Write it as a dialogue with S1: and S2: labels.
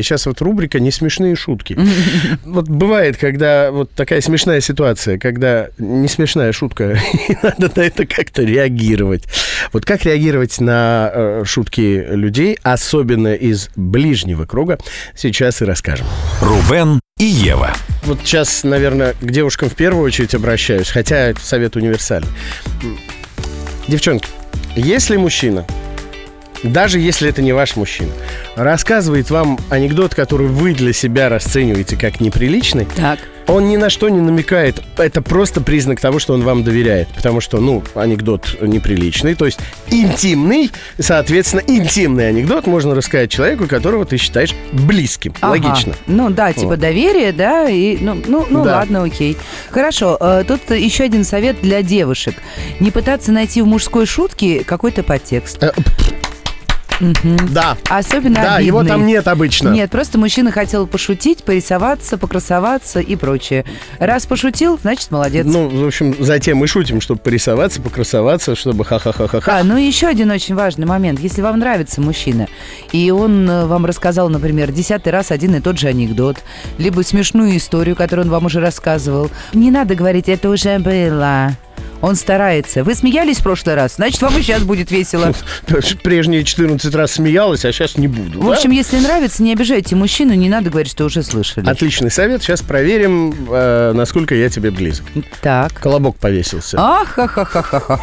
S1: И сейчас вот рубрика «Не смешные шутки». Вот бывает, когда вот такая смешная ситуация, когда не смешная шутка, и надо на это как-то реагировать. Вот как реагировать на э, шутки людей, особенно из ближнего круга, сейчас и расскажем.
S2: Рубен и Ева.
S1: Вот сейчас, наверное, к девушкам в первую очередь обращаюсь, хотя совет универсальный. Девчонки, если мужчина, даже если это не ваш мужчина, рассказывает вам анекдот, который вы для себя расцениваете как неприличный,
S3: Так.
S1: он ни на что не намекает. Это просто признак того, что он вам доверяет. Потому что, ну, анекдот неприличный, то есть интимный, соответственно, интимный анекдот можно рассказать человеку, которого ты считаешь близким.
S3: Ага.
S1: Логично.
S3: Ну да, типа
S1: Вот.
S3: доверие, да, и ну, ну, ну
S1: Да.
S3: ладно, окей. Хорошо, э, тут еще один совет для девушек. Не пытаться найти в мужской шутке какой-то подтекст.
S1: Э, Да.
S3: Особенно
S1: Да, его
S3: обидный.
S1: там нет обычно.
S3: Нет, просто мужчина хотел пошутить, порисоваться, покрасоваться и прочее. Раз пошутил, значит молодец.
S1: Ну, в общем, затем мы шутим, чтобы порисоваться, покрасоваться, чтобы ха-ха-ха-ха-ха.
S3: А, ну и еще один очень важный момент. Если вам нравится мужчина, и он э, вам рассказал, например, десятый раз один и тот же анекдот, либо смешную историю, которую он вам уже рассказывал, не надо говорить «это уже было». Он старается. Вы смеялись в прошлый раз, значит, вам и сейчас будет весело.
S1: Прежние 14 раз смеялась, а сейчас не буду.
S3: В
S1: да? А
S3: общем, если нравится, не обижайте мужчину, не надо говорить, что уже слышали.
S1: Отличный совет. Сейчас проверим, э, насколько я тебе близок.
S3: Так.
S1: Колобок повесился.
S3: Ахахахахаха.